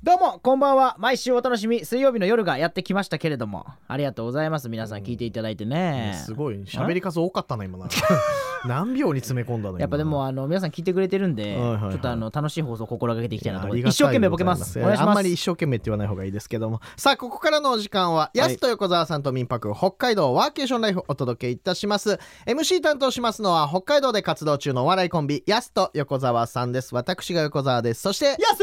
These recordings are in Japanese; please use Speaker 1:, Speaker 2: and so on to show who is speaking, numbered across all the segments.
Speaker 1: どうもこんばんは毎週お楽しみ水曜日の夜がやってきましたけれどもありがとうございます皆さん聞いていただいてね、
Speaker 2: すごい喋り数多かったな 今な何秒に詰め込んだの
Speaker 1: やっぱでもあの皆さん聞いてくれてるんで、
Speaker 2: はいはいはい
Speaker 1: ちょっとあの楽しい放送を心がけていきたいなと思って
Speaker 2: 今
Speaker 1: 一生懸命ボケます
Speaker 2: あ
Speaker 1: お願
Speaker 2: り
Speaker 1: いし
Speaker 2: がたいございますあん
Speaker 1: ま
Speaker 2: ますり一生懸命って言わない方がいいですけどもさあここからのお時間は、やすと横澤さんと民泊北海道ワーケーションライフをお届けいたします MC 担当しますのは北海道で活動中のお笑いコンビやすと横澤さんです私が横澤ですそしてよ
Speaker 1: やすー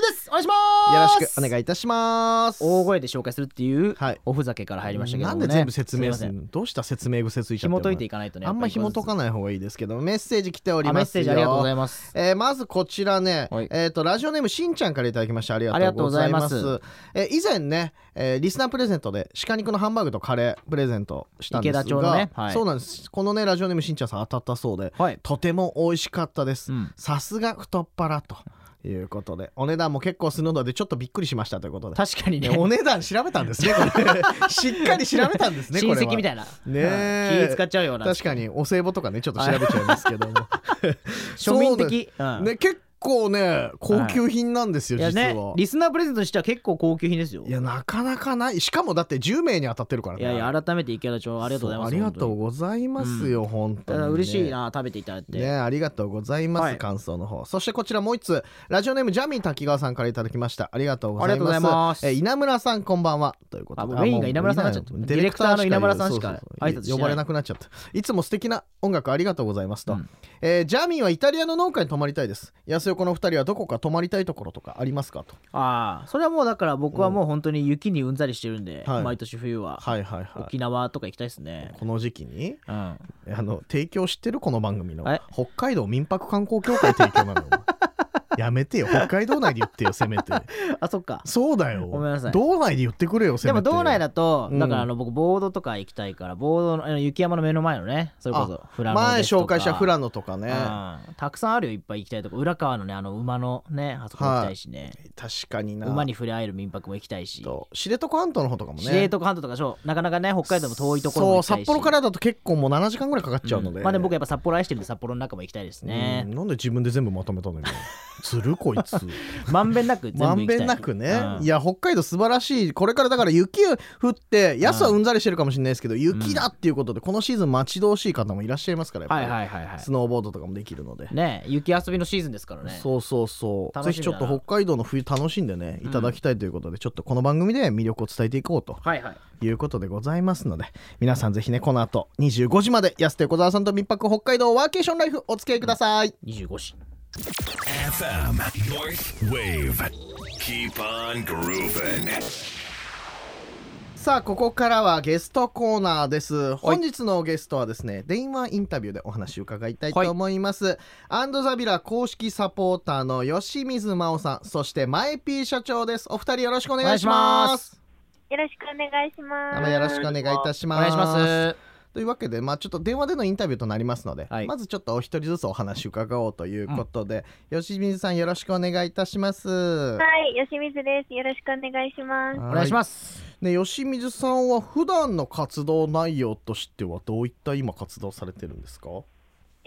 Speaker 1: ですお願いしま
Speaker 2: ろ
Speaker 1: す
Speaker 2: しくお願いいたします
Speaker 1: 大声で紹介するっていう
Speaker 2: はい
Speaker 1: おふざけから入りましたけども、ね、
Speaker 2: なんで全部説明す
Speaker 1: すい
Speaker 2: る
Speaker 1: ま
Speaker 2: のどうした説明癖ついち
Speaker 1: せ
Speaker 2: ゃ
Speaker 1: ん
Speaker 2: っ
Speaker 1: 紐
Speaker 2: てるの
Speaker 1: 解いていかないとね
Speaker 2: あんま紐解か
Speaker 1: ない
Speaker 2: ない方がいいですけどメッセージ来ており
Speaker 1: あメッ
Speaker 2: ます
Speaker 1: セー
Speaker 2: よ
Speaker 1: ジありがとうございます
Speaker 2: えーまずこちらね、
Speaker 1: はい
Speaker 2: えー、とラジオネームしんちゃんからいただきましてありがとうございます
Speaker 1: ありがとう
Speaker 2: えー以前ね、えーリスナープレゼントで鹿肉のハンバーグとカレープレゼントしたんですが
Speaker 1: 池田町のねはい
Speaker 2: そうなんですこのねラジオネームしんちゃんさん当たったそうで
Speaker 1: はい、
Speaker 2: とても美味しかったです
Speaker 1: うん、
Speaker 2: さすが太っ腹ということでお値段も結構するのでちょっとびっくりしましたということで、
Speaker 1: 確かにね
Speaker 2: ねお値段調べたんですねこ れしっかり調べたんですねこ
Speaker 1: 親
Speaker 2: れは
Speaker 1: 戚みたいな、
Speaker 2: ねえ
Speaker 1: うん気使っちゃうような
Speaker 2: 確かにお歳暮とかねちょっと調べちゃいますけども
Speaker 1: 庶民的、うん
Speaker 2: ね結構ね高級品なんですよ、
Speaker 1: いや
Speaker 2: 実は、
Speaker 1: ねリスナープレゼントとしては結構高級品ですよ
Speaker 2: いやなかなかないしかもだって10名に当たってるからね
Speaker 1: いやいや改めて池田町ありがとうございます
Speaker 2: そうありがとう
Speaker 1: 本
Speaker 2: ございますよ、本
Speaker 1: 当
Speaker 2: 当
Speaker 1: にた
Speaker 2: に、ね、
Speaker 1: だ嬉しいな食べていただいて、
Speaker 2: ねありがとうございます、
Speaker 1: はい
Speaker 2: 感想の方そしてこちらもう一つラジオネームジャミー滝川さんからいただきましたありがとうござ
Speaker 1: あり
Speaker 2: い
Speaker 1: がとうござい
Speaker 2: ま
Speaker 1: ますす
Speaker 2: え稲村さんこんばんはということ
Speaker 1: あ
Speaker 2: で
Speaker 1: もうメインが稲村さんになっちゃった
Speaker 2: もう
Speaker 1: ディレクターの稲村さんしか
Speaker 2: そうそうそう
Speaker 1: 挨拶してない
Speaker 2: 呼ばれなくなっちゃったいつも素敵な音楽ありがとうございますと、
Speaker 1: うん
Speaker 2: えージャミーはイタリアの農家に泊まりたいです安横の二人はどこか泊まりたいところとかありますかと
Speaker 1: ああそれはもうだから僕はもう本当に雪にうんざりしてるんで、
Speaker 2: はい
Speaker 1: 毎年冬は、
Speaker 2: はいはいは
Speaker 1: 沖縄とか行きたいですね
Speaker 2: い、この時期に
Speaker 1: うん、
Speaker 2: あの提供してるこの番組の
Speaker 1: え
Speaker 2: 北海道民泊観光協会提供 なのやめてよ北海道内で言ってよせめて
Speaker 1: あそっか
Speaker 2: そうだよ。
Speaker 1: ごめんなさい
Speaker 2: 道内で言ってくれよ、せ
Speaker 1: で
Speaker 2: め
Speaker 1: も
Speaker 2: て
Speaker 1: 道内だと、
Speaker 2: うん
Speaker 1: だからあの僕ボードとか行きたいからボードのあの雪山の目の前のねそれこそフラノ
Speaker 2: 前
Speaker 1: ですと
Speaker 2: 紹
Speaker 1: か
Speaker 2: 介した富良野とかね。
Speaker 1: うんたくさんあるよいっぱい行きたいとこ浦川のねあの馬のねあそこも行きたいしね、
Speaker 2: 確かにな。
Speaker 1: 馬に触れ合える民泊も行きたいし
Speaker 2: と知床半島の方とかもね。
Speaker 1: 知床半島とかそうなかなかね北海道も遠いところも行き
Speaker 2: そ
Speaker 1: た
Speaker 2: う、
Speaker 1: いし
Speaker 2: 札幌からだと結構もう7時間ぐらいかかっちゃうので。
Speaker 1: んまあでも僕やっぱ札幌愛してるんで札幌の中も行きたいですね
Speaker 2: うんなんで自分で全部まとめた の今。ずるこいつ。
Speaker 1: まんべんなく全部
Speaker 2: ま
Speaker 1: 行
Speaker 2: ん
Speaker 1: きた
Speaker 2: べ
Speaker 1: い
Speaker 2: んなくね、
Speaker 1: うん
Speaker 2: いや北海道素晴らしいこれからだから雪降ってやすはうんざりしてるかもしれないですけど、雪だっていうことでこのシーズン待ち遠しい方もいらっしゃいますからやっぱ
Speaker 1: は
Speaker 2: り
Speaker 1: いはいはいは
Speaker 2: スノーボードとかもできるので
Speaker 1: いね雪遊びのシーズンですからね
Speaker 2: そうそうそう
Speaker 1: 楽
Speaker 2: ぜ
Speaker 1: し
Speaker 2: ひ
Speaker 1: みだ
Speaker 2: ちょ
Speaker 1: な
Speaker 2: っと北海道の冬楽しんでねいただきたいということで、ちょっとこの番組で魅力を伝えていこうと
Speaker 1: はいはい
Speaker 2: いうことでございますので皆さんぜひねこの後25時まで安手小沢さんと密泊北海道ワーケーションライフお付き合いください、
Speaker 1: 25時
Speaker 3: FM North Wave. Keep on grooving.
Speaker 2: さあここからはゲストコーナーです本日のゲストはですね電話インタビューでお話を伺いたいと思います、アンドザビラ公式サポーターの吉水真央さんそしてマイピー社長ですお二人よろしくお願いし
Speaker 1: お願
Speaker 2: ま
Speaker 1: いします
Speaker 4: よろしくお願いしま
Speaker 2: どうも
Speaker 4: す。
Speaker 2: よろしくお願いいたし
Speaker 1: お
Speaker 2: ます
Speaker 1: 願いします
Speaker 2: というわけで、まあ、ちょっと電話でのインタビューとなりますので、
Speaker 1: はい
Speaker 2: まずちょっとお一人ずつお話伺おうということで、吉水さんよろしくお願いいたします。は
Speaker 4: はい、吉水です。よろしくお願いします。
Speaker 1: お願いし
Speaker 2: す。
Speaker 1: ます
Speaker 2: ね、吉水さんは普段の活動内容としてはどういった今活動されてるんですか？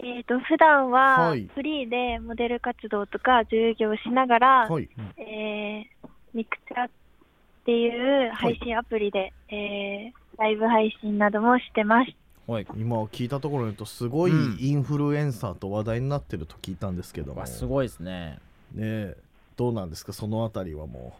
Speaker 4: えっ、と普段は
Speaker 2: はい
Speaker 4: フリーでモデル活動とか従業しながら、
Speaker 2: はい。
Speaker 4: えーミクチャっていう配信アプリで、えーライブ配信などもしてます。
Speaker 1: はい
Speaker 2: 今聞いたところによるとすごい
Speaker 1: うん
Speaker 2: インフルエンサーと話題になってると聞いたんですけども、
Speaker 1: わす
Speaker 2: ね
Speaker 1: ごいですね
Speaker 2: えどうなんですかそのあたりはも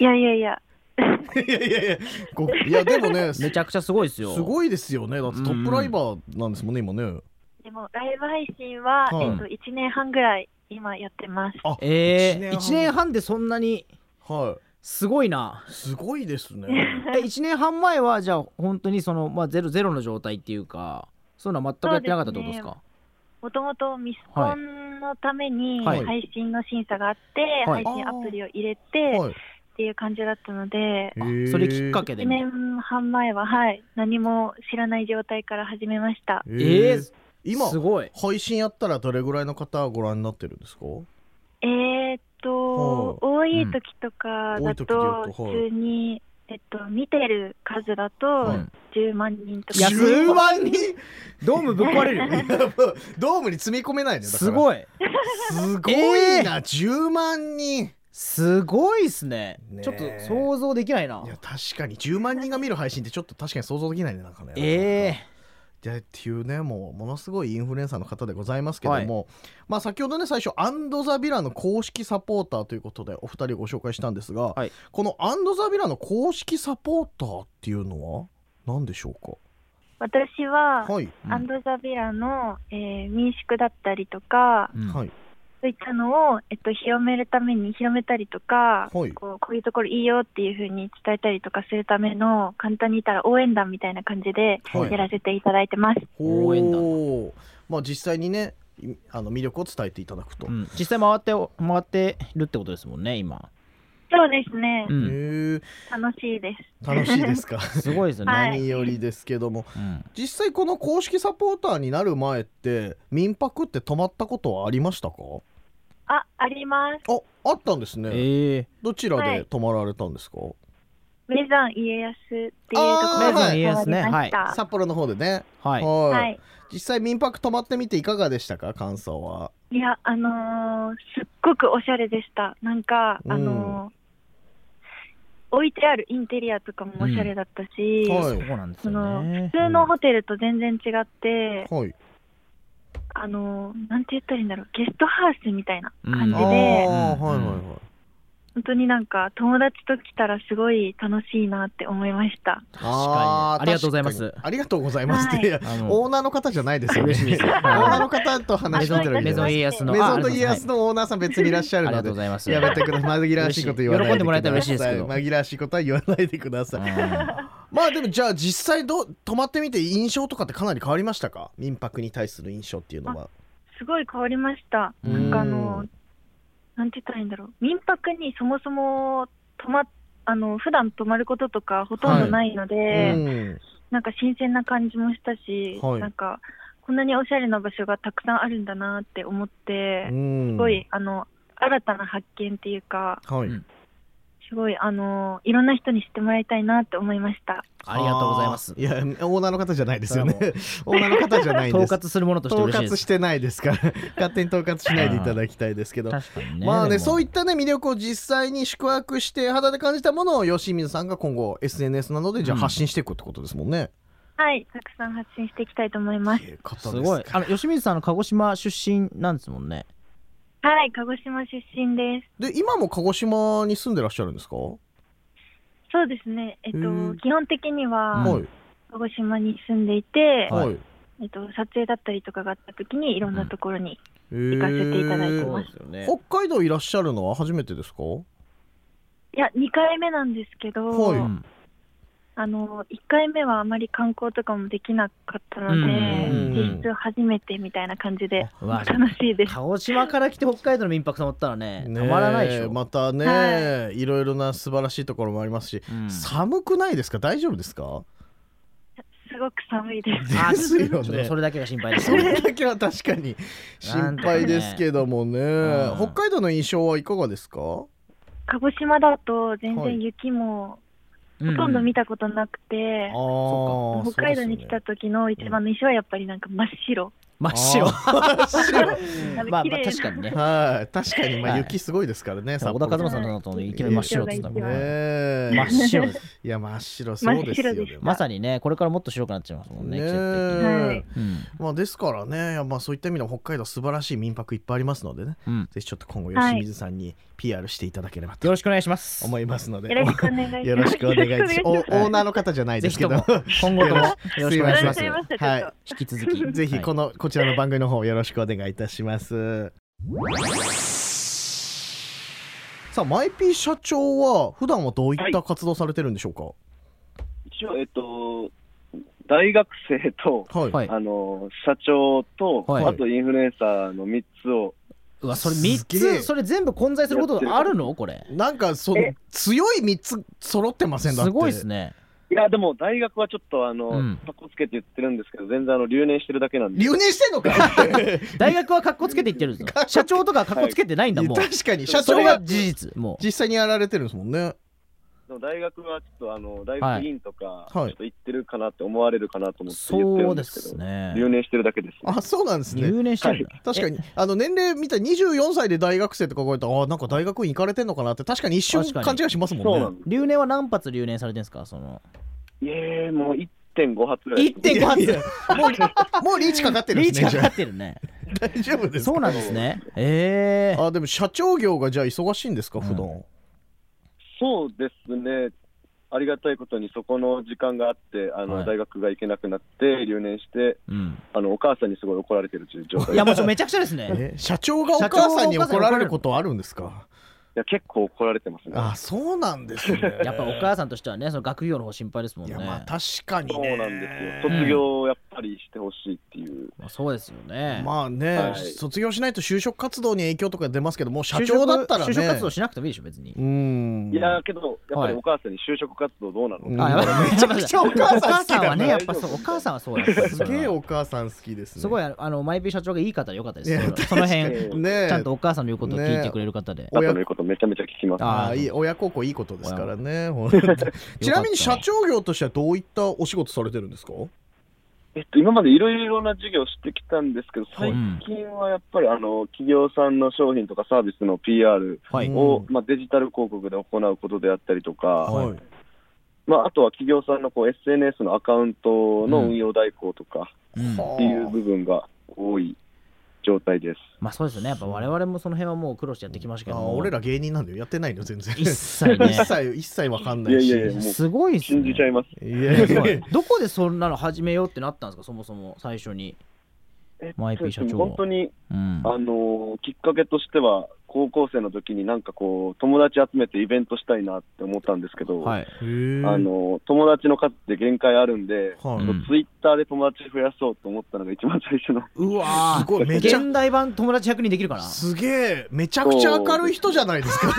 Speaker 4: いやいやいや、
Speaker 2: ういやいやいやご いやでもね
Speaker 1: めちゃくちゃすごいですよ
Speaker 2: すごいですよねだってトップライバーなんですもんね今ね。
Speaker 4: でもライブ配信は、
Speaker 2: はい
Speaker 4: えっ、と1年半ぐらい今やってます。
Speaker 2: あ
Speaker 1: え
Speaker 2: 一
Speaker 1: ー、1
Speaker 2: 年半
Speaker 1: 年半でそんなに
Speaker 2: は、
Speaker 1: すごいない
Speaker 2: すごいですね。
Speaker 1: え1年半前はじゃあ本当にその、まあ、ゼロゼロの状態っていうかそういうのは全くやってなかったってことですか
Speaker 4: もともとミスコンのために
Speaker 1: はい
Speaker 4: 配信の審査があって、
Speaker 1: はい
Speaker 4: 配信アプリを入れて、
Speaker 2: はい。
Speaker 4: っていう感じだったので、
Speaker 1: あそれきっかけで
Speaker 4: 1
Speaker 1: みたいな
Speaker 4: 年半前は、はい、何も知らない状態から始めました。
Speaker 2: え
Speaker 1: えー、
Speaker 2: 今
Speaker 1: すごい
Speaker 2: 配信やったらどれぐらいの方ご覧になってるんですか？
Speaker 4: えー、っと、多い時とかだ
Speaker 2: うん多
Speaker 4: と、
Speaker 2: い時で言うとはい
Speaker 4: 普通に、えっと、見てる数だと、
Speaker 1: うん
Speaker 4: 10万人とか。
Speaker 1: 安い
Speaker 2: 10万人？
Speaker 1: ドームぶっ壊れるよ
Speaker 2: やばいドームに積み込めないね。
Speaker 1: す
Speaker 2: い。
Speaker 1: ごい
Speaker 2: すごいな、10万人。
Speaker 1: すごいっすね
Speaker 2: ねえ
Speaker 1: ちょっと想像できないない
Speaker 2: や確かに10万人が見る配信ってちょっと確かに想像できないねなんかね
Speaker 1: え
Speaker 2: でっていうねもうものすごいインフルエンサーの方でございますけども、まあ先ほどね最初アンド・ザ・ヴィラの公式サポーターということでお二人ご紹介したんですが、
Speaker 1: はい
Speaker 2: このアンド・ザ・ヴィラの公式サポーターっていうのは何でしょう
Speaker 4: 私は、
Speaker 2: かはい、
Speaker 1: うん
Speaker 4: アンド・ザ・ビラの、えー民宿だったりとか
Speaker 1: え、うん
Speaker 2: はい
Speaker 4: そういったのを、えっと、広めるために広めたりとか、
Speaker 2: はい
Speaker 4: こうこういうところいいよっていうふうに伝えたりとかするための簡単に言ったら応援団みたいな感じで
Speaker 2: はい
Speaker 4: やらせていただいてます。
Speaker 1: 応援団だ
Speaker 2: おーまあ実際にねいあの魅力を伝えていただくと、
Speaker 1: うん実際回って回ってるってことですもんね今、
Speaker 4: そうですね、
Speaker 1: うん、
Speaker 2: へえ
Speaker 4: 楽しいです。
Speaker 2: 楽しいですか
Speaker 1: すごいですね、
Speaker 4: はい
Speaker 2: 何よりですけども
Speaker 1: うん
Speaker 2: 実際この公式サポーターになる前って民泊って泊まったことはありましたか
Speaker 4: あ、あります。
Speaker 2: ああったんですね、
Speaker 1: ええ
Speaker 2: どちら
Speaker 4: は
Speaker 2: で
Speaker 4: い
Speaker 2: 泊まられたんですか、
Speaker 4: 名山家康っていうとこ
Speaker 2: あ
Speaker 4: ろ
Speaker 2: ー
Speaker 4: に泊ま
Speaker 2: 名山
Speaker 4: り
Speaker 1: 家康ね
Speaker 4: ました。
Speaker 2: 札幌の方でね
Speaker 1: はい
Speaker 2: は
Speaker 4: はい
Speaker 2: 実際民泊泊まってみていかがでしたか感想はい
Speaker 4: や、あのーすっごくおしゃれでした。なんか、
Speaker 2: うん
Speaker 4: あのー置いてあるインテリアとかもおしゃれだったし、
Speaker 2: うんはい
Speaker 1: そうなんです
Speaker 4: そ
Speaker 1: よ
Speaker 4: の普
Speaker 1: ね
Speaker 4: 通のホテルと全然違って、
Speaker 2: はい
Speaker 4: あのーなんて言ったらいいんだろう、ゲストハウスみたいな感
Speaker 1: う
Speaker 4: じ
Speaker 1: ん
Speaker 2: あ
Speaker 4: で、
Speaker 2: ー
Speaker 1: うん
Speaker 2: はいはいはい、
Speaker 4: 本当になんか友達と来たらすごい楽しいなって思いました。
Speaker 1: 確か
Speaker 2: ー
Speaker 1: にありがとうございます
Speaker 2: 確かにありがとうございますって、いや
Speaker 1: あの
Speaker 2: オーナーの方じゃないですよね
Speaker 1: 嬉しいです
Speaker 2: オーナーの方と話してるわ
Speaker 1: メ
Speaker 2: けじゃ
Speaker 1: ゾ
Speaker 2: な
Speaker 1: ン
Speaker 2: い
Speaker 1: 家康の
Speaker 2: メゾンと
Speaker 1: あ
Speaker 2: 家康のオーナーさん別にいらっしゃ
Speaker 1: あり
Speaker 2: る
Speaker 1: が
Speaker 2: の
Speaker 1: とう
Speaker 2: で
Speaker 1: ございます
Speaker 2: やめてください紛らわしいこと言わない
Speaker 1: 嬉しい喜んでもらえたら嬉しいですけど
Speaker 2: 紛らわしいことは言わないでください
Speaker 1: うん
Speaker 2: まあでもじゃあ実際どう泊まってみて印象とかってかなり変わりましたか民泊に対する印象っていうのは。
Speaker 4: すごい変わりました。
Speaker 1: うん
Speaker 4: なんかあのーなんて言ったらいいんだろう、民泊にそもそも泊まっあの普段泊まることとかほとんどないので、
Speaker 2: うん
Speaker 4: なんか新鮮な感じもしたし、
Speaker 2: はい
Speaker 4: なんかこんなにおしゃれな場所がたくさんあるんだなって思って、
Speaker 2: うん
Speaker 4: すごいあの新たな発見っていうか、
Speaker 2: はい、
Speaker 1: うん
Speaker 4: すごいあのいろんな人に知ってもらいたいなって思いました。
Speaker 1: ありがとうございます
Speaker 2: あーいやオーナーの方じゃないですよね
Speaker 1: それ
Speaker 2: オーナーの方じゃない ん
Speaker 1: 統
Speaker 2: です
Speaker 1: 括するものとして嬉しい
Speaker 2: 統
Speaker 1: で
Speaker 2: 括
Speaker 1: す
Speaker 2: してないですから 勝手に統括しないでいただきたいですけど
Speaker 1: 確かにね
Speaker 2: まあね
Speaker 1: でも
Speaker 2: そういったね魅力を実際に宿泊して肌で感じたものを吉水さんが今後 SNS などでじゃあ
Speaker 1: うん
Speaker 2: 発信していくってことですもんね、
Speaker 4: はい、たくさん発信していきたいと思います。
Speaker 2: ええ方です
Speaker 1: ごい
Speaker 2: か
Speaker 1: あの吉水さんの鹿児島出身なんですもんね
Speaker 4: はい、鹿児島出身です。
Speaker 2: で今も鹿児島に住んでらっしゃるんですか、
Speaker 4: そうですね。えっと
Speaker 2: へー
Speaker 4: 基本的には
Speaker 2: はい
Speaker 4: 鹿児島に住んでいて、
Speaker 1: はい
Speaker 2: はい
Speaker 4: えっと撮影だったりとかがあった時にいろんなところに、
Speaker 2: 行
Speaker 4: かせていただいてま
Speaker 1: で
Speaker 4: す
Speaker 1: すよね
Speaker 2: 北海道いらっしゃるのは初めてですか
Speaker 4: いや2回目なんですけど。
Speaker 2: はいう
Speaker 4: あの1回目はあまり観光とかもできなかったの
Speaker 1: うん
Speaker 2: うん
Speaker 4: で、実質初めてみたいな感じで、楽しいです。
Speaker 1: 鹿児島から来て北海道の民泊泊まったらね
Speaker 2: ね
Speaker 1: たまらないでしょ
Speaker 2: またね、、
Speaker 4: はい
Speaker 2: ろいろな素晴らしいところもありますし、
Speaker 1: うん
Speaker 2: 寒くないですか大丈夫で すか
Speaker 4: すごく寒いです。
Speaker 1: あ
Speaker 2: ですよね
Speaker 1: ちょっとそれだけが心配です
Speaker 2: それだけは確かに
Speaker 1: な
Speaker 2: 心
Speaker 1: んとかね
Speaker 2: 配ですけどもね
Speaker 1: うん
Speaker 2: 北海道の印象はいかがですか
Speaker 4: 鹿児島だと全
Speaker 2: はい
Speaker 4: 然雪も
Speaker 1: ほ
Speaker 4: ほとんど見たことなくて、
Speaker 2: あ
Speaker 4: 北海道に来た時の一番の石はやっぱりなんか真っ白。
Speaker 1: 真っ白
Speaker 2: 白
Speaker 4: あ
Speaker 1: ま
Speaker 4: の
Speaker 1: あまあ
Speaker 4: 綺麗な
Speaker 1: 確 かにね
Speaker 2: はい確かにまあ
Speaker 1: はい
Speaker 2: 雪すごいですからね
Speaker 1: 小田和正さんだといきなり真っ白って言ったもんね
Speaker 2: ね
Speaker 1: 真っ白です
Speaker 2: いや真っ白そうですよ
Speaker 4: 真っ白で
Speaker 2: ね
Speaker 4: し
Speaker 1: まさにねこれからもっと白くなっちゃいますもんね
Speaker 2: ね
Speaker 1: 季節
Speaker 2: え
Speaker 4: はい
Speaker 1: 的にうん
Speaker 2: まあですからね、いやまあそういった意味では北海道素晴らしい民泊いっぱいありますのでね、
Speaker 1: うん
Speaker 2: ぜひちょっと今後吉水さんに PR していただければと
Speaker 1: よろしくお願いします
Speaker 2: 思いますので、
Speaker 4: よろしくお願いします。
Speaker 2: よろしくお願い します。おオ
Speaker 4: よろしく
Speaker 2: ーナーの方じゃない
Speaker 1: ぜ
Speaker 2: で
Speaker 1: ひ
Speaker 2: すけ
Speaker 1: と
Speaker 2: ど
Speaker 1: も、今後ともよろしくお
Speaker 4: お
Speaker 1: 願いし
Speaker 4: 願
Speaker 1: ま
Speaker 4: い
Speaker 1: す
Speaker 4: しました。ちょ
Speaker 2: は
Speaker 4: っ
Speaker 2: い
Speaker 4: と。
Speaker 1: 引き続き
Speaker 2: ぜひこの、こちらの番組の方よろしくお願いいたします。さあ、マイピー社長は普段はどういった活動されてるんでしょう
Speaker 5: 一応、えっと、大学生と、
Speaker 2: か。はい。
Speaker 1: はい
Speaker 5: あの社長と、
Speaker 1: はい
Speaker 5: あとインフルエンサーの3つを、
Speaker 1: うわそれ
Speaker 2: すげえ
Speaker 1: 3つそれ全部混在することあるのこれ
Speaker 2: なんかその
Speaker 5: え
Speaker 2: 強い三つ揃ってませんだっ
Speaker 1: す
Speaker 2: て。
Speaker 1: ごいですね
Speaker 5: いや、でも大学はちょっと、あの、
Speaker 1: うん
Speaker 5: かっこつけて言ってるんですけど、全然あの留年してるだけなんで、
Speaker 2: 留年してんのか
Speaker 1: 大学はカッコつけていってるん ですよ社長とかカッコつけてないんだもん
Speaker 2: 確かに社
Speaker 1: そ
Speaker 2: 長
Speaker 1: れ
Speaker 2: が
Speaker 1: が事実もう
Speaker 2: 実際にやられてるんですもんね。
Speaker 5: でも大学はちょっとあの大
Speaker 1: は
Speaker 5: 学
Speaker 1: い
Speaker 5: 院とか、ちょ
Speaker 2: はい
Speaker 5: っと行ってるかなって思われるかなと思って言って
Speaker 1: そ
Speaker 5: る
Speaker 1: うんで
Speaker 5: ですけど、
Speaker 1: すね。
Speaker 5: 留年してるだけです、ね。
Speaker 2: あそうなんですね
Speaker 1: 留年してるんだ。
Speaker 2: 確か
Speaker 1: え
Speaker 2: にあの年齢見たら24歳で大学生って書かれたらあなんか大学院行かれてんのかなって確かに一瞬
Speaker 1: 確かに
Speaker 2: 勘違いしますも
Speaker 5: そうんな
Speaker 2: ね
Speaker 5: んです。
Speaker 1: 留年は何発留年されてるんですかその
Speaker 5: ええもう1.5発ぐらいです。
Speaker 1: 1.5
Speaker 2: いや
Speaker 1: 発
Speaker 2: いもうリもうリーチかかってるん
Speaker 1: リー
Speaker 2: で
Speaker 1: チ
Speaker 2: す
Speaker 1: か
Speaker 2: ねじ
Speaker 1: か
Speaker 2: ゃ
Speaker 1: ってるね。
Speaker 2: あ大丈夫ですか
Speaker 1: そうなんですね。ええ。
Speaker 2: あでも社長業がじゃあ忙しいんですか普段、
Speaker 1: う
Speaker 5: そうですね。ありがたいことにそこの時間があって、あの、
Speaker 1: はい
Speaker 5: 大学が行けなくなって留年して、
Speaker 1: うん。
Speaker 5: あのお母さんにすごい怒られてるという状 態。
Speaker 1: いやもうちょめちゃくちゃですね。
Speaker 2: え社長がお母さ
Speaker 1: 社
Speaker 2: んに
Speaker 1: 長がお母さんに怒
Speaker 2: 怒
Speaker 1: ら
Speaker 2: ら
Speaker 1: れ
Speaker 2: れ
Speaker 1: る
Speaker 2: ることあるんですか
Speaker 5: いや結構怒られてますね。
Speaker 2: あそうなんですね
Speaker 1: やっぱお母さんとしてはね、その学業の方心配ですもん
Speaker 2: い
Speaker 1: ね。
Speaker 2: やまあ確かに
Speaker 5: そう
Speaker 2: ね
Speaker 5: なんですよ。卒業をやっぱりしてほしいっていう。
Speaker 1: まあそうですよね。
Speaker 2: まあね、
Speaker 5: はい
Speaker 2: 卒業しないと就職活動に影響とか出ますけどもう社長だったらね
Speaker 1: 就職活動しなくてもいいでしょ、別に
Speaker 2: う。ん
Speaker 5: いやーけど、やっぱり
Speaker 1: はい
Speaker 5: お母さんに就職活動どうなの、
Speaker 2: うん
Speaker 1: あやばい
Speaker 2: めちゃくちゃお母さん好きだ
Speaker 1: お
Speaker 2: な
Speaker 1: 母はね、やっぱそう、お母さんはそうやっぱ
Speaker 2: すげえお母さん好きですね
Speaker 1: すごい、あの、マイペイ社長がいい方でよかったです
Speaker 2: いや
Speaker 1: よ。その辺、
Speaker 5: えー
Speaker 2: ねえ
Speaker 1: ちゃんとお母さんの言うことを聞いてくれる方で。
Speaker 5: あとの言うことめちゃめちゃ聞きます。
Speaker 1: あ
Speaker 2: ああいい親孝行いいことですからね本当にちなみに社長業としてはどういったお仕事されてるんですか
Speaker 5: えっと、今までいろいろな事業してきたんですけど、
Speaker 1: い
Speaker 5: 最近はやっぱりあの企業さんの商品とかサービスの PR
Speaker 1: はい
Speaker 2: うん
Speaker 5: を、まあ、デジタル広告で行うことであったりとか、
Speaker 1: はい
Speaker 2: い
Speaker 5: まあ、あとは企業さんのこう SNS のアカウントの運用代行とか
Speaker 1: うん
Speaker 5: っていう部分が多い状態です。
Speaker 1: まあそうですよね。やっぱ我々もその辺はもう苦労してやってきましたけ
Speaker 2: あ
Speaker 1: ど
Speaker 2: ー
Speaker 1: も。
Speaker 2: 俺ら芸人なんだよやってないの全然
Speaker 1: 一切ね
Speaker 2: 一切一切わかんないし
Speaker 5: いやいやいやもう
Speaker 1: すごいっす
Speaker 5: 信
Speaker 1: ね
Speaker 5: じちゃいます。
Speaker 2: いやいや
Speaker 1: すご いどこでそんなの始めようってなったんですか、そもそも最初に。
Speaker 5: えっ
Speaker 1: マイピー社長
Speaker 5: でも本当に、
Speaker 1: うん。
Speaker 5: あのーきっかけとしては、高校生の時になんかこう、友達集めてイベントしたいなって思ったんですけど、
Speaker 1: はい。
Speaker 2: へ
Speaker 5: あ
Speaker 2: ー
Speaker 5: のー友達の数って限界あるんで、
Speaker 2: はい
Speaker 1: うん
Speaker 5: ツイッターで友達増やそうと思ったのが一番最初の。
Speaker 1: うわ
Speaker 2: すごいめちゃ
Speaker 1: 現代版友達100人できるかな
Speaker 2: すげえめちゃくちゃ明るい人じゃないですか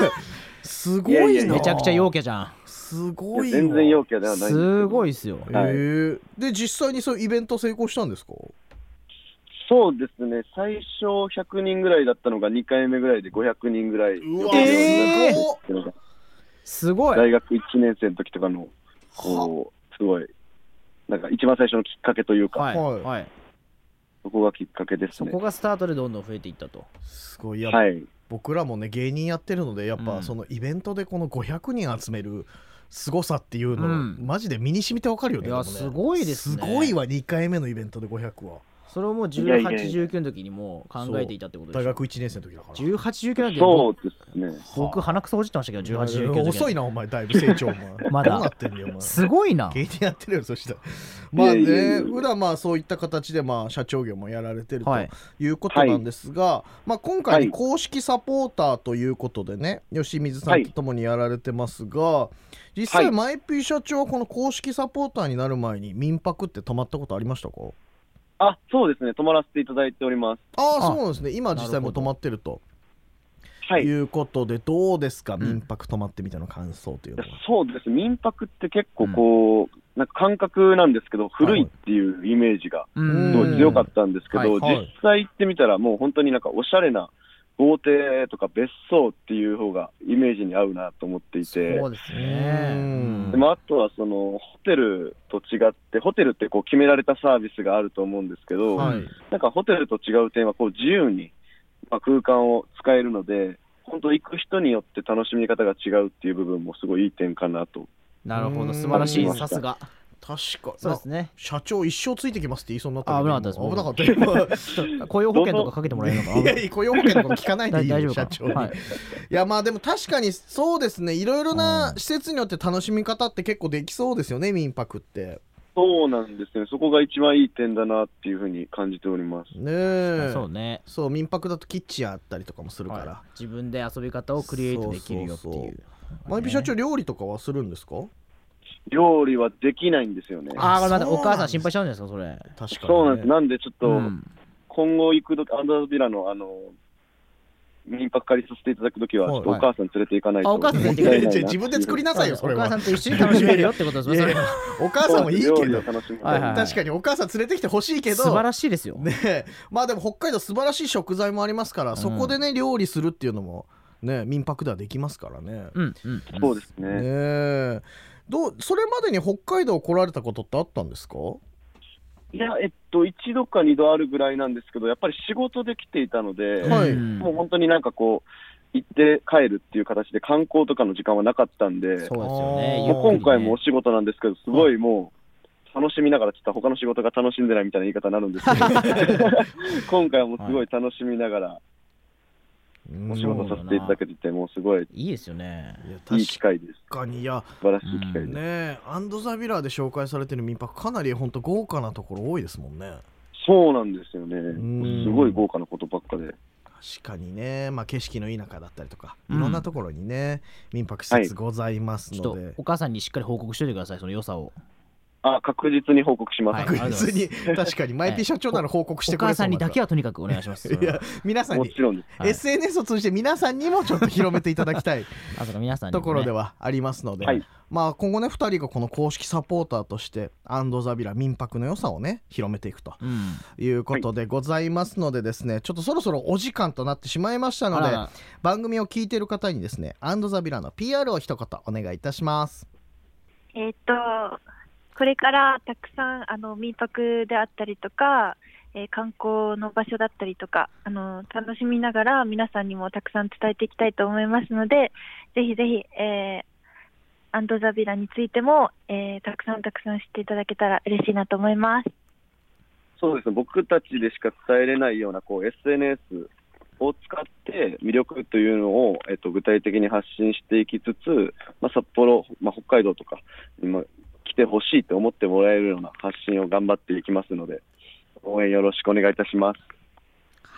Speaker 2: すごいない
Speaker 5: やいやいや
Speaker 1: めちゃくちゃ陽キャじゃん。
Speaker 2: すごいわ
Speaker 5: 全然陽キャではないんですけど
Speaker 1: すごいっすよ。
Speaker 2: へ
Speaker 5: はい
Speaker 2: ーで実際にそういうイベント成功したんですか
Speaker 5: そうですね、最初100人ぐらいだったのが2回目ぐらいで500人ぐらい。
Speaker 2: うわ
Speaker 1: えー
Speaker 2: すごっ
Speaker 5: っていうのが
Speaker 1: すごい。
Speaker 5: 大学1年生の時とかの、こう、すごい、なんか一番最初のきっかけというか、
Speaker 1: はい。
Speaker 2: はい
Speaker 1: はい。
Speaker 5: そこがきっかけです
Speaker 1: そ
Speaker 5: ね
Speaker 1: こ。がスタートでどんどん増えていったと。
Speaker 2: すごいやっぱ
Speaker 5: はい。
Speaker 2: 僕らもね芸人やってるのでやっ
Speaker 1: う
Speaker 2: ぱ
Speaker 1: ん
Speaker 2: そのイベントでこの500人集める凄さっていうの、
Speaker 1: うん
Speaker 2: マジで身に染みてわかるよね
Speaker 1: いや
Speaker 2: でもね
Speaker 1: すごいですね
Speaker 2: すごいわ2回目のイベントで500は
Speaker 1: それをもう
Speaker 5: いやいやいや
Speaker 1: 18、19の時にもう考えていたってことで
Speaker 2: 大
Speaker 1: しょ。
Speaker 2: 学1年生の時だから
Speaker 1: 18、19なんて
Speaker 5: そう
Speaker 1: 僕
Speaker 5: ですね。
Speaker 1: 僕鼻くそほじってましたけど、18、19の時。
Speaker 2: 遅いなお前だいぶ成長お前
Speaker 1: まだ
Speaker 2: どうなってんだよ お前
Speaker 1: すごいな。
Speaker 2: 芸人やってるよそしたらまあね
Speaker 5: いやいやいや
Speaker 2: 普段まあそういった形でまあ社長業もやられてると
Speaker 1: はい。
Speaker 2: いうことなんですが、まあ、今
Speaker 5: は
Speaker 2: 回
Speaker 5: い
Speaker 2: 公式サポーターということでね、吉水さんとともにやられてますが、実際、
Speaker 5: はい
Speaker 2: マイピー社長はこの公式サポーターになる前に民泊って泊まったことありましたか
Speaker 5: あ、そうですね。泊まらせていただいております。
Speaker 2: ああ
Speaker 1: あ
Speaker 2: そうなんですね今実際もう泊まってると
Speaker 5: はいい。
Speaker 2: うことでどうですか、
Speaker 1: ん
Speaker 2: 民泊泊まってみたいな感想というのは、
Speaker 5: そうです。民泊って結構こう、なんか感覚なんですけど、古いっていうイメージが
Speaker 1: う
Speaker 5: すごい
Speaker 1: ん
Speaker 5: 強かったんですけど、
Speaker 2: はいはい
Speaker 5: 実際行ってみたら、もう本当になんかおしゃれな豪邸とか別荘っていう方がイメージに合うなと思っていて。
Speaker 1: そうです
Speaker 2: う
Speaker 1: ね
Speaker 2: ん。
Speaker 5: でもあとはそのホテルと違って、ホテルってこう決められたサービスがあると思うんですけど、
Speaker 2: はい
Speaker 5: なんかホテルと違う点はこう自由に、まあ、空間を使えるので、本当行く人によって楽しみ方が違うっていう部分もすごいいい点かなと。
Speaker 1: なるほど、素晴らしい。さすが。
Speaker 2: 確か
Speaker 1: そうです ね。
Speaker 2: 社長一生ついてきますって言いそうになった
Speaker 1: あ危なかったです
Speaker 2: 危なかった今
Speaker 1: 雇用保険とかかけてもらえるのか
Speaker 2: い
Speaker 1: な
Speaker 2: やいや雇用保険とか聞かないでいい
Speaker 1: 大丈
Speaker 2: よ
Speaker 1: 夫か
Speaker 2: 社長に、
Speaker 1: はい
Speaker 2: いやまあでも確かにそうですねいろいろな
Speaker 1: うん
Speaker 2: 施設によって楽しみ方って結構できそうですよね民泊って
Speaker 5: そうなんですね、そこが一番いい点だなっていうふうに感じております。
Speaker 2: ねえ
Speaker 1: そうね。
Speaker 2: そう民泊だとキッチンあったりとかもするから、
Speaker 1: はい自分で遊び方をクリエイトできるよって
Speaker 2: そ
Speaker 1: いう
Speaker 2: そうう。マイピー社長料理とかはするんですか
Speaker 5: 料理はできないんですよね。
Speaker 1: ああ、ごめんなさい
Speaker 2: そう
Speaker 1: お
Speaker 2: な
Speaker 1: 母
Speaker 2: んです
Speaker 1: さん心配しちゃうんですか、それ。
Speaker 2: 確かにね、
Speaker 5: そうなんです。なんでちょっと、
Speaker 1: うん
Speaker 5: 今後行くとき、アンダーズビラの、あの、民泊借りさせていただくときは、ち
Speaker 2: はい
Speaker 5: ょっとお母さん連れて行 かないと。
Speaker 1: あお母さん連れて行かない
Speaker 2: といやいや自分で作りなさいよそれは
Speaker 1: お母さんと一緒に楽しめるよってことですね。それ
Speaker 2: いや
Speaker 1: は
Speaker 2: お母さんもいいけ
Speaker 5: 料理
Speaker 2: ど
Speaker 5: を楽しみ
Speaker 1: は
Speaker 5: た
Speaker 1: い
Speaker 5: い。
Speaker 1: はい
Speaker 2: 確かにお母さん連れてきてほしいけど
Speaker 1: 素晴らしいですよ。
Speaker 2: ねえまあでも北海道素晴らしい食材もありますから、そこでね料理するっていうのもね民泊ではできますからね。
Speaker 1: うんうん
Speaker 5: そうです
Speaker 2: ね
Speaker 5: ね。
Speaker 2: えどうそれまでに北海道来られたことってあったんですか
Speaker 5: いや、えっと、一度か二度あるぐらいなんですけど、やっぱり仕事で来ていたので、
Speaker 2: はい
Speaker 1: うん
Speaker 5: もう本当になんかこう、行って帰るっていう形で観光とかの時間はなかったんで、
Speaker 1: そうですよね。
Speaker 5: もう今回もお
Speaker 1: し
Speaker 5: 仕事なんですけど、すごいもう、楽しみながら、ちょっと他の仕事が楽しんでないみたいな言い方になるんですけど、 今回はもうすごい楽しみながら、お仕事させていただけてて、もうすごい
Speaker 1: いいですよね。
Speaker 2: いや
Speaker 5: い
Speaker 2: 確
Speaker 5: い機会です。
Speaker 2: かにいや
Speaker 5: 素晴らしい機会で
Speaker 2: ね
Speaker 5: す。
Speaker 2: えアンド・ザ・ビラーで紹介されてる民泊かなり本当豪華なところ多いですもんね
Speaker 5: そうなんですよ
Speaker 2: ん
Speaker 5: ね。すごい豪華なことばっかで。
Speaker 2: 確かにね、まあ、景色のいい中だったりとかい
Speaker 1: うん
Speaker 2: ろんなところにね、民泊施設ございます
Speaker 1: ち
Speaker 2: の
Speaker 1: ょっ
Speaker 2: で
Speaker 1: と、お母さんにしっかり報告しておいてください、その良さを。
Speaker 5: あ、確実に報告します。
Speaker 1: はいありがとうござ
Speaker 2: 別
Speaker 1: います
Speaker 2: に確かにマイピー社長なら報告して
Speaker 1: お
Speaker 2: くれ
Speaker 1: 母
Speaker 2: そ
Speaker 1: さ
Speaker 2: うんな
Speaker 1: にだけ
Speaker 2: は
Speaker 1: はとにかくお願いします。
Speaker 2: いや皆さん
Speaker 5: も
Speaker 2: に
Speaker 5: ちろんです。
Speaker 1: はい
Speaker 2: SNS を通じて皆さんにもちょっと広めていただきたい
Speaker 1: あそうか皆さんにも
Speaker 2: と
Speaker 1: ね
Speaker 2: ころではありますので、
Speaker 5: はい
Speaker 2: まあ今後ね2人がこの公式サポーターとしてアンドザビラ民泊の良さをね広めていくと
Speaker 1: うん。
Speaker 2: いうことでございますのでですね、ちょっとそろそろお時間となってしまいましたの
Speaker 1: あ
Speaker 2: で
Speaker 1: らら
Speaker 2: 番組を聞いている方にですねアンドザビラの PR を一言お願いいたします
Speaker 4: えーっとこれからたくさんあの民泊であったりとか、えー観光の場所だったりとかあの楽しみながら皆さんにもたくさん伝えていきたいと思いますのでぜひぜひ、えーアンドザビラについても、えーたくさんたくさん知っていただけたら嬉しいなと思います。
Speaker 5: そうですね。僕たちでしか伝えれないようなこう SNS を使って魅力というのを、えっと、具体的に発信していきつつ、まあ、札幌、まあ、北海道とかにも来てほしいと思ってもらえるような発信を頑張っていきますので、応援よろしくお願いいたします。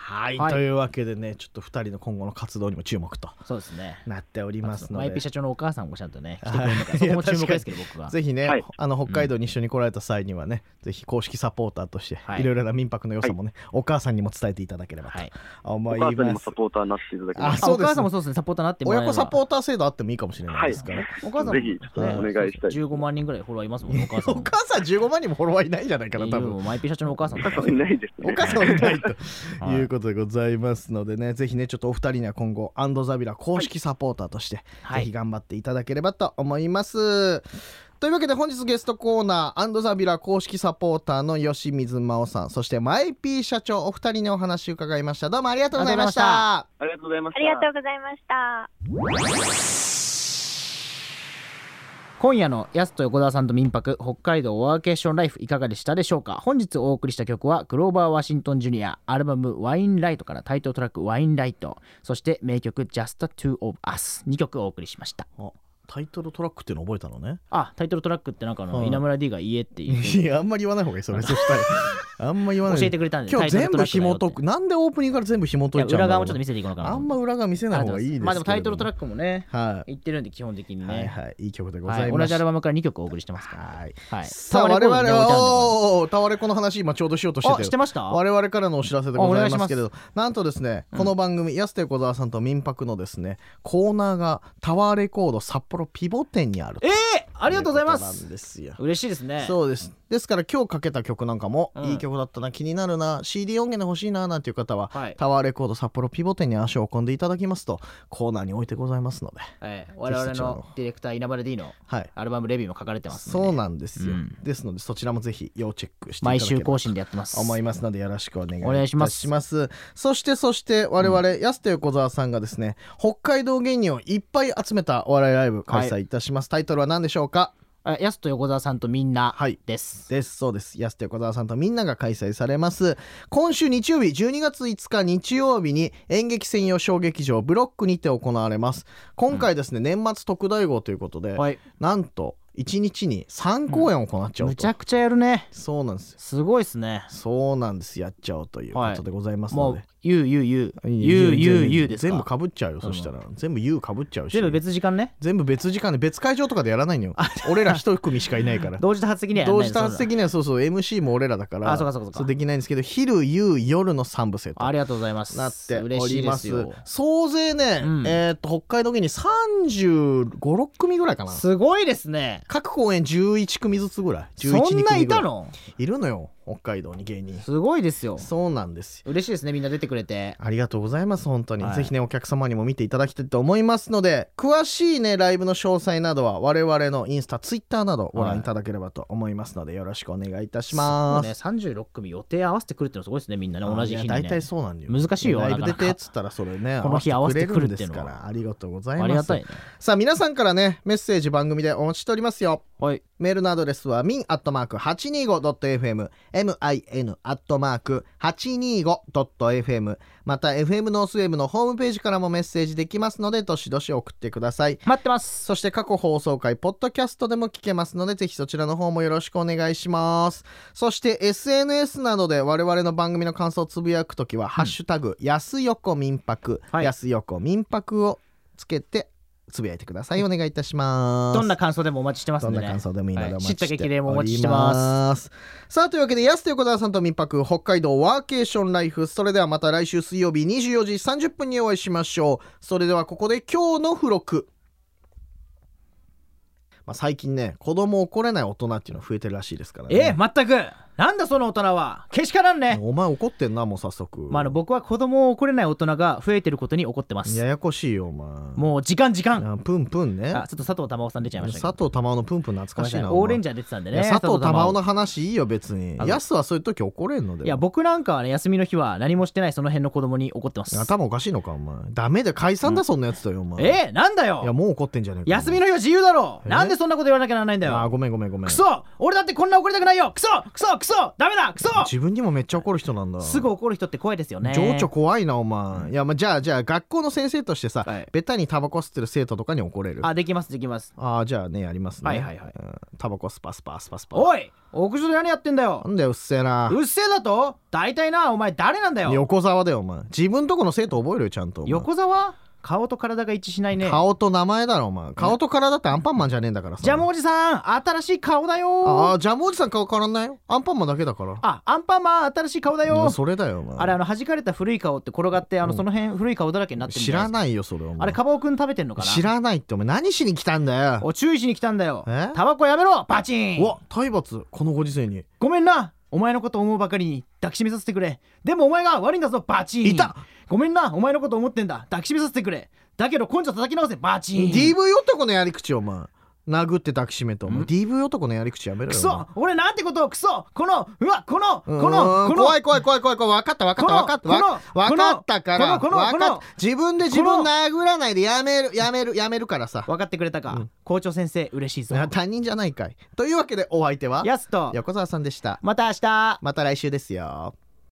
Speaker 2: はい
Speaker 1: はい
Speaker 2: というわけでねちょっと2人の今後の活動にも注目と
Speaker 1: そうですね。
Speaker 2: なっておりますの
Speaker 1: マイピ
Speaker 2: で
Speaker 1: ー社長のお母さんもちゃんとね、来てく
Speaker 2: は
Speaker 1: れるのか、
Speaker 2: い
Speaker 1: そこも注目ですけど、僕は。
Speaker 2: ぜひね、
Speaker 5: はい
Speaker 2: あの北海道に一緒に来られた際にはね、ぜひ公式サポーターとして、
Speaker 1: はい
Speaker 2: いろいろな民泊の良さもね、お母さんにも伝えていただければと
Speaker 1: はい。
Speaker 2: 思
Speaker 5: お
Speaker 2: い
Speaker 5: 母さんに
Speaker 2: ま
Speaker 5: も
Speaker 2: す
Speaker 5: サ。ポーターになっていただけ
Speaker 2: あ
Speaker 5: ます。
Speaker 1: あ
Speaker 2: そ
Speaker 1: お
Speaker 2: うです
Speaker 1: 母さんもそうですね、サポーターなってもらえ
Speaker 2: 親
Speaker 1: れば
Speaker 2: 子サポーター制度あってもいいかもしれない
Speaker 5: はい。
Speaker 2: で
Speaker 5: ぜ
Speaker 2: すから、
Speaker 1: お母さんも
Speaker 5: ひ、お
Speaker 1: ね
Speaker 5: 願いしたい。
Speaker 1: 15万人ぐらいフォロワーいますもんね、お母さん
Speaker 2: お
Speaker 1: も。
Speaker 2: 母さん15万人もフォロワーいないんじゃないかな、多
Speaker 1: いや
Speaker 2: 分
Speaker 1: もうマイピー社長のお母 さんも
Speaker 5: いないです
Speaker 2: お
Speaker 5: ね。
Speaker 2: 母さんはいないと
Speaker 1: はい
Speaker 2: いうことでございますのでね、ぜひね、ちょっとお二人には今後、アンドザビラ公式サポーターとして、
Speaker 1: はい
Speaker 2: ぜひ頑張っていただければと思います。というわけで本日ゲストコーナー、アンドザビラ公式サポーターの吉水真央さん、そしてマイピー社長、お二人にお話伺いました。どうもありがとうございまし
Speaker 1: あ
Speaker 2: た。
Speaker 5: ありがとうございま
Speaker 4: あ
Speaker 5: した。
Speaker 4: りがとうございました。
Speaker 1: 今夜のやすと横澤さんと民泊北海道ワーケーションライフいかがでしたでしょうか本日お送りした曲はグローバー・ワシントン・ジュニアアルバム「ワインライト」からタイトルトラック「ワインライト」そして名曲「Just Two of Us」2曲お送りしました
Speaker 2: タイトルトラックっていうの覚えたのね。
Speaker 1: あタイトルトラックってなんかあの、
Speaker 2: はい
Speaker 1: 稲村 D が「家」っていう
Speaker 2: いや、あんまり言わない方がいい、それ。そした ら、あんまり言わない。
Speaker 1: 教えてくれたんで
Speaker 2: 今日
Speaker 1: タイ
Speaker 2: 全
Speaker 1: トルトラ
Speaker 2: 部
Speaker 1: ックだよっ
Speaker 2: 紐
Speaker 1: て
Speaker 2: 解く。なんでオープニングから全部紐
Speaker 1: い
Speaker 2: 解
Speaker 1: や
Speaker 2: いちゃう
Speaker 1: 裏
Speaker 2: の
Speaker 1: 側もちょっと見せていこうかな
Speaker 2: あんま裏側見せない方がいいですけれど
Speaker 1: まあでもタイトルトラックもね
Speaker 2: ク。はい。
Speaker 1: 言ってるんで基本的に
Speaker 2: はい
Speaker 1: ね、
Speaker 2: はい、いい曲でご
Speaker 1: はい
Speaker 2: ざいます。
Speaker 1: 同じアルバムから2曲お送りしてますから、
Speaker 2: はい。
Speaker 1: はい、
Speaker 2: さあ、
Speaker 1: タワ
Speaker 2: 我
Speaker 1: レコ
Speaker 2: 々
Speaker 1: でね置いてあるんでこ
Speaker 2: は、おータワレコの話、今ちょうどしようとして
Speaker 1: れ
Speaker 2: た
Speaker 1: あ
Speaker 2: よ
Speaker 1: してました
Speaker 2: 我々からのお知らせでございますけれ
Speaker 1: あお
Speaker 2: ど、なんとですね、この番組、安手小沢さんと民泊のですね、コーナーがタワーレコード札幌ピボ店にあると
Speaker 1: ええありがとうございま
Speaker 2: うこと
Speaker 1: す
Speaker 2: なんですよ。
Speaker 1: 嬉しいですね
Speaker 2: そうですですから今日かけた曲なんかも、
Speaker 1: うん
Speaker 2: いい曲だったな気になるな CD 音源で欲しいななんていう方は、
Speaker 1: はい
Speaker 2: タワーレコード札幌ピボ店に足を運んでいただきますとコーナーに置いてございますので、
Speaker 1: ええ、我々のディレクター稲葉レ D の
Speaker 2: はい、
Speaker 1: アルバムレビューも書かれてますんでね
Speaker 2: そうなんですよ、
Speaker 1: うん
Speaker 2: ですのでそちらもぜひ要チェックしていただ
Speaker 1: 毎
Speaker 2: けれ
Speaker 1: 週
Speaker 2: ば
Speaker 1: 更新でやってます
Speaker 2: 思いますのでよろしくお願いい
Speaker 1: お願
Speaker 2: た
Speaker 1: い
Speaker 2: し
Speaker 1: し
Speaker 2: ま
Speaker 1: ますす
Speaker 2: そしてそして我々、安手横澤さんがですね北海道芸人をいっぱい集めたお笑いライブ開催いたします、タイトルは何でしょうか
Speaker 1: あやすと横澤さんとみんな
Speaker 2: はい
Speaker 1: です、
Speaker 2: ですそうです安手横澤さんとみんなが開催されます今週日曜日12月5日日曜日に演劇専用小劇場ブロックにて行われます今回ですね、年末特大号ということで、
Speaker 1: はい
Speaker 2: なんと1日に3公演を行っちゃう
Speaker 1: む
Speaker 2: と、
Speaker 1: ちゃくちゃやるね
Speaker 2: そうなんですよ
Speaker 1: すごいっすね
Speaker 2: そうなんですやっちゃおうということでございます
Speaker 1: も
Speaker 2: の
Speaker 1: う
Speaker 2: で、
Speaker 1: ゆうゆうゆう
Speaker 2: いい
Speaker 1: ゆう
Speaker 2: 全
Speaker 1: ゆう
Speaker 2: 然
Speaker 1: ゆうですか
Speaker 2: 全部かぶっちゃうよそしたら全部 U かぶっちゃうし
Speaker 1: 全部別時間ね
Speaker 2: 全部別時間で別会場とかでやらないのよ俺ら一組しかいないから
Speaker 1: 同時多発的にはやん
Speaker 2: 同
Speaker 1: ない
Speaker 2: 時多発的
Speaker 1: に
Speaker 2: にはそうそう MC も俺らだから
Speaker 1: あそうかそうかそうか
Speaker 2: できないんですけど昼夕夜の3部制と
Speaker 1: ありがとうございます
Speaker 2: なってお
Speaker 1: 嬉しい
Speaker 2: り
Speaker 1: で
Speaker 2: ますす
Speaker 1: よ
Speaker 2: 総勢ね、
Speaker 1: うん
Speaker 2: えーっと北海道芸人3 5 6組ぐらいかな
Speaker 1: すごいですね
Speaker 2: 各公演11組ずつぐらい11
Speaker 1: そんないた
Speaker 2: 組ぐら
Speaker 1: の
Speaker 2: いいるのよ北海道に芸人
Speaker 1: すごいですよ
Speaker 2: そうなんですよ
Speaker 1: 嬉しいですねみんな出てくれて
Speaker 2: ありがとうございます本当に、
Speaker 1: はい
Speaker 2: ぜひねお客様にも見ていただきたいと思いますので詳しいねライブの詳細などは我々のインスタツイッターなどご覧いただければと思いますので、よろしくお願いいたします
Speaker 1: すごいね36組予定合わせてくるってのすごいですねみんなね同じ日に、
Speaker 2: あい
Speaker 1: ね、
Speaker 2: や大体そうなんだよ
Speaker 1: 難しいよ
Speaker 2: ライブ
Speaker 1: なか
Speaker 2: 出
Speaker 1: なか
Speaker 2: てっつったらそれね
Speaker 1: この日合わせてくるってい
Speaker 2: 合わせてく
Speaker 1: うのは
Speaker 2: れるんですからありがとうございま
Speaker 1: あ
Speaker 2: す
Speaker 1: りがたいね
Speaker 2: さあ皆さんからねメッセージ番組でお待ちしておりますよ
Speaker 1: はい
Speaker 2: メールのアドレスは min.825.fm min.825.fm また FM ノースウェーブのホームページからもメッセージできますのでどしどし送ってください
Speaker 1: 待ってます
Speaker 2: そして過去放送回ポッドキャストでも聞けますのでぜひそちらの方もよろしくお願いしますそして SNS などで我々の番組の感想をつぶやくときは「ハッシュタグ安横民泊」
Speaker 1: はい
Speaker 2: 安横民泊」をつけてつぶやいてくださいお願いいたします
Speaker 1: どんな感想でもお待ちしてます
Speaker 2: ど
Speaker 1: ん
Speaker 2: ん
Speaker 1: で
Speaker 2: な
Speaker 1: ね
Speaker 2: 感想でもいいのでお待ちしており
Speaker 1: はい叱咤
Speaker 2: ます。。
Speaker 1: 激励もお待ちしてます
Speaker 2: さあ、というわけで、安と横澤さんと民泊、北海道ワーケーションライフ。それではまた来週水曜日24時30分にお会いしましょう。それではここで今日の付録。まあ、最近ね、子供怒れない大人っていうの増えてるらしいですからね。
Speaker 1: ええ全くなんだその大人はけしからんね
Speaker 2: お前怒ってんな、もう早速。
Speaker 1: まあ、あの僕は子供を怒れない大人が増えてることに怒ってま
Speaker 2: や
Speaker 1: す
Speaker 2: やこしいよ、お前。
Speaker 1: もう時間時間
Speaker 2: あプンプンね。
Speaker 1: あちょっと佐藤珠緒さん出ちゃいました
Speaker 2: 佐
Speaker 1: けど
Speaker 2: 藤玉緒のプンプン懐かしい
Speaker 1: ごめんなさい
Speaker 2: な。
Speaker 1: オー
Speaker 2: お前
Speaker 1: レンジャー出てたんで
Speaker 2: いや
Speaker 1: ね
Speaker 2: 佐藤玉緒
Speaker 1: 珠
Speaker 2: の話いいよ別に
Speaker 1: あの
Speaker 2: ヤスはそういう時怒れんので
Speaker 1: 緒いや僕なんかはね休みの日は何もしてないその辺の子供に怒ってます
Speaker 2: 頭おかしいのかお前ダメで解散だそんなやつとよお前
Speaker 1: ええなんだ
Speaker 2: いや
Speaker 1: よ
Speaker 2: もう怒ってんじゃねえか
Speaker 1: 休みの日は自由だろ
Speaker 2: え
Speaker 1: なんでそんなこと言わなきゃならないんだ
Speaker 2: あ
Speaker 1: よ
Speaker 2: ごめんごめんごめん
Speaker 1: クソ俺だってこんな怒りたくないよクソクソクソダメだクソ
Speaker 2: 自分にもめっちゃ怒る人なんだ
Speaker 1: すぐ怒る人って怖いですよね
Speaker 2: 情緒怖いなお前いやまあじゃあじゃあ学校の先生としてさ
Speaker 1: はい
Speaker 2: ベタにタバコ吸ってる生徒とかに怒れる
Speaker 1: あできますできます
Speaker 2: ああじゃあねやりますね
Speaker 1: はいはいはい
Speaker 2: うんタバコスパスパスパスパ
Speaker 1: おい屋上で何やってんだよ
Speaker 2: なんだようっせえな
Speaker 1: うっせえだと大体なお前誰なんだよ
Speaker 2: 横沢だよお前自分とこの生徒覚えるよちゃんとお前
Speaker 1: 横澤顔と体が一致しないね
Speaker 2: 顔と名前だろお前顔と体ってアンパンマンじゃねえんだからさ
Speaker 1: ジャムおじさん新しい顔だよ
Speaker 2: ああジャムおじさん顔変わらんないよアンパンマンだけだから
Speaker 1: あアンパンマン新しい顔だ
Speaker 2: うん
Speaker 1: よ
Speaker 2: それだよお前
Speaker 1: あれあの弾かれた古い顔って転がってあの
Speaker 2: うん
Speaker 1: その辺古い顔だらけになってるん
Speaker 2: 知
Speaker 1: じゃ
Speaker 2: ら
Speaker 1: ない
Speaker 2: ないよそれお
Speaker 1: です
Speaker 2: 前
Speaker 1: かあれカバオくん食べてんのかな
Speaker 2: 知らないってお前何しに来たんだよ
Speaker 1: お注意しに来たんだよ
Speaker 2: え
Speaker 1: タバコやめろバチ
Speaker 2: う
Speaker 1: ン
Speaker 2: わ体罰このご時世に
Speaker 1: ごめんなお前のこと思うばかりに抱きしめさせてくれでもお前が悪いんだぞバチン
Speaker 2: いた
Speaker 1: ごめんなお前のこと思ってんだ抱きしめさせてくれだけど根性叩き直せバチン
Speaker 2: DV 男のやり口お前殴って抱きしめとお前
Speaker 1: ん
Speaker 2: DV 男のやり口やめろよ
Speaker 1: ク
Speaker 2: お前
Speaker 1: ソ俺なんてことをクソこのうわこのこ
Speaker 2: う
Speaker 1: の
Speaker 2: ん
Speaker 1: この
Speaker 2: 怖い怖い怖い怖い怖い分かった分かった
Speaker 1: この
Speaker 2: 分かったわ
Speaker 1: こ
Speaker 2: 分
Speaker 1: の
Speaker 2: かったから
Speaker 1: このこの
Speaker 2: 分か
Speaker 1: こ
Speaker 2: っ
Speaker 1: の
Speaker 2: 自分で自分殴らないでやめるやめるやめるからさ
Speaker 1: 分かってくれたか、
Speaker 2: うん
Speaker 1: 校長先生嬉しいぞ
Speaker 2: 他人じゃないかいというわけでお相手は
Speaker 1: やすと
Speaker 2: 横澤さんでした
Speaker 1: また明日
Speaker 2: また来週ですよ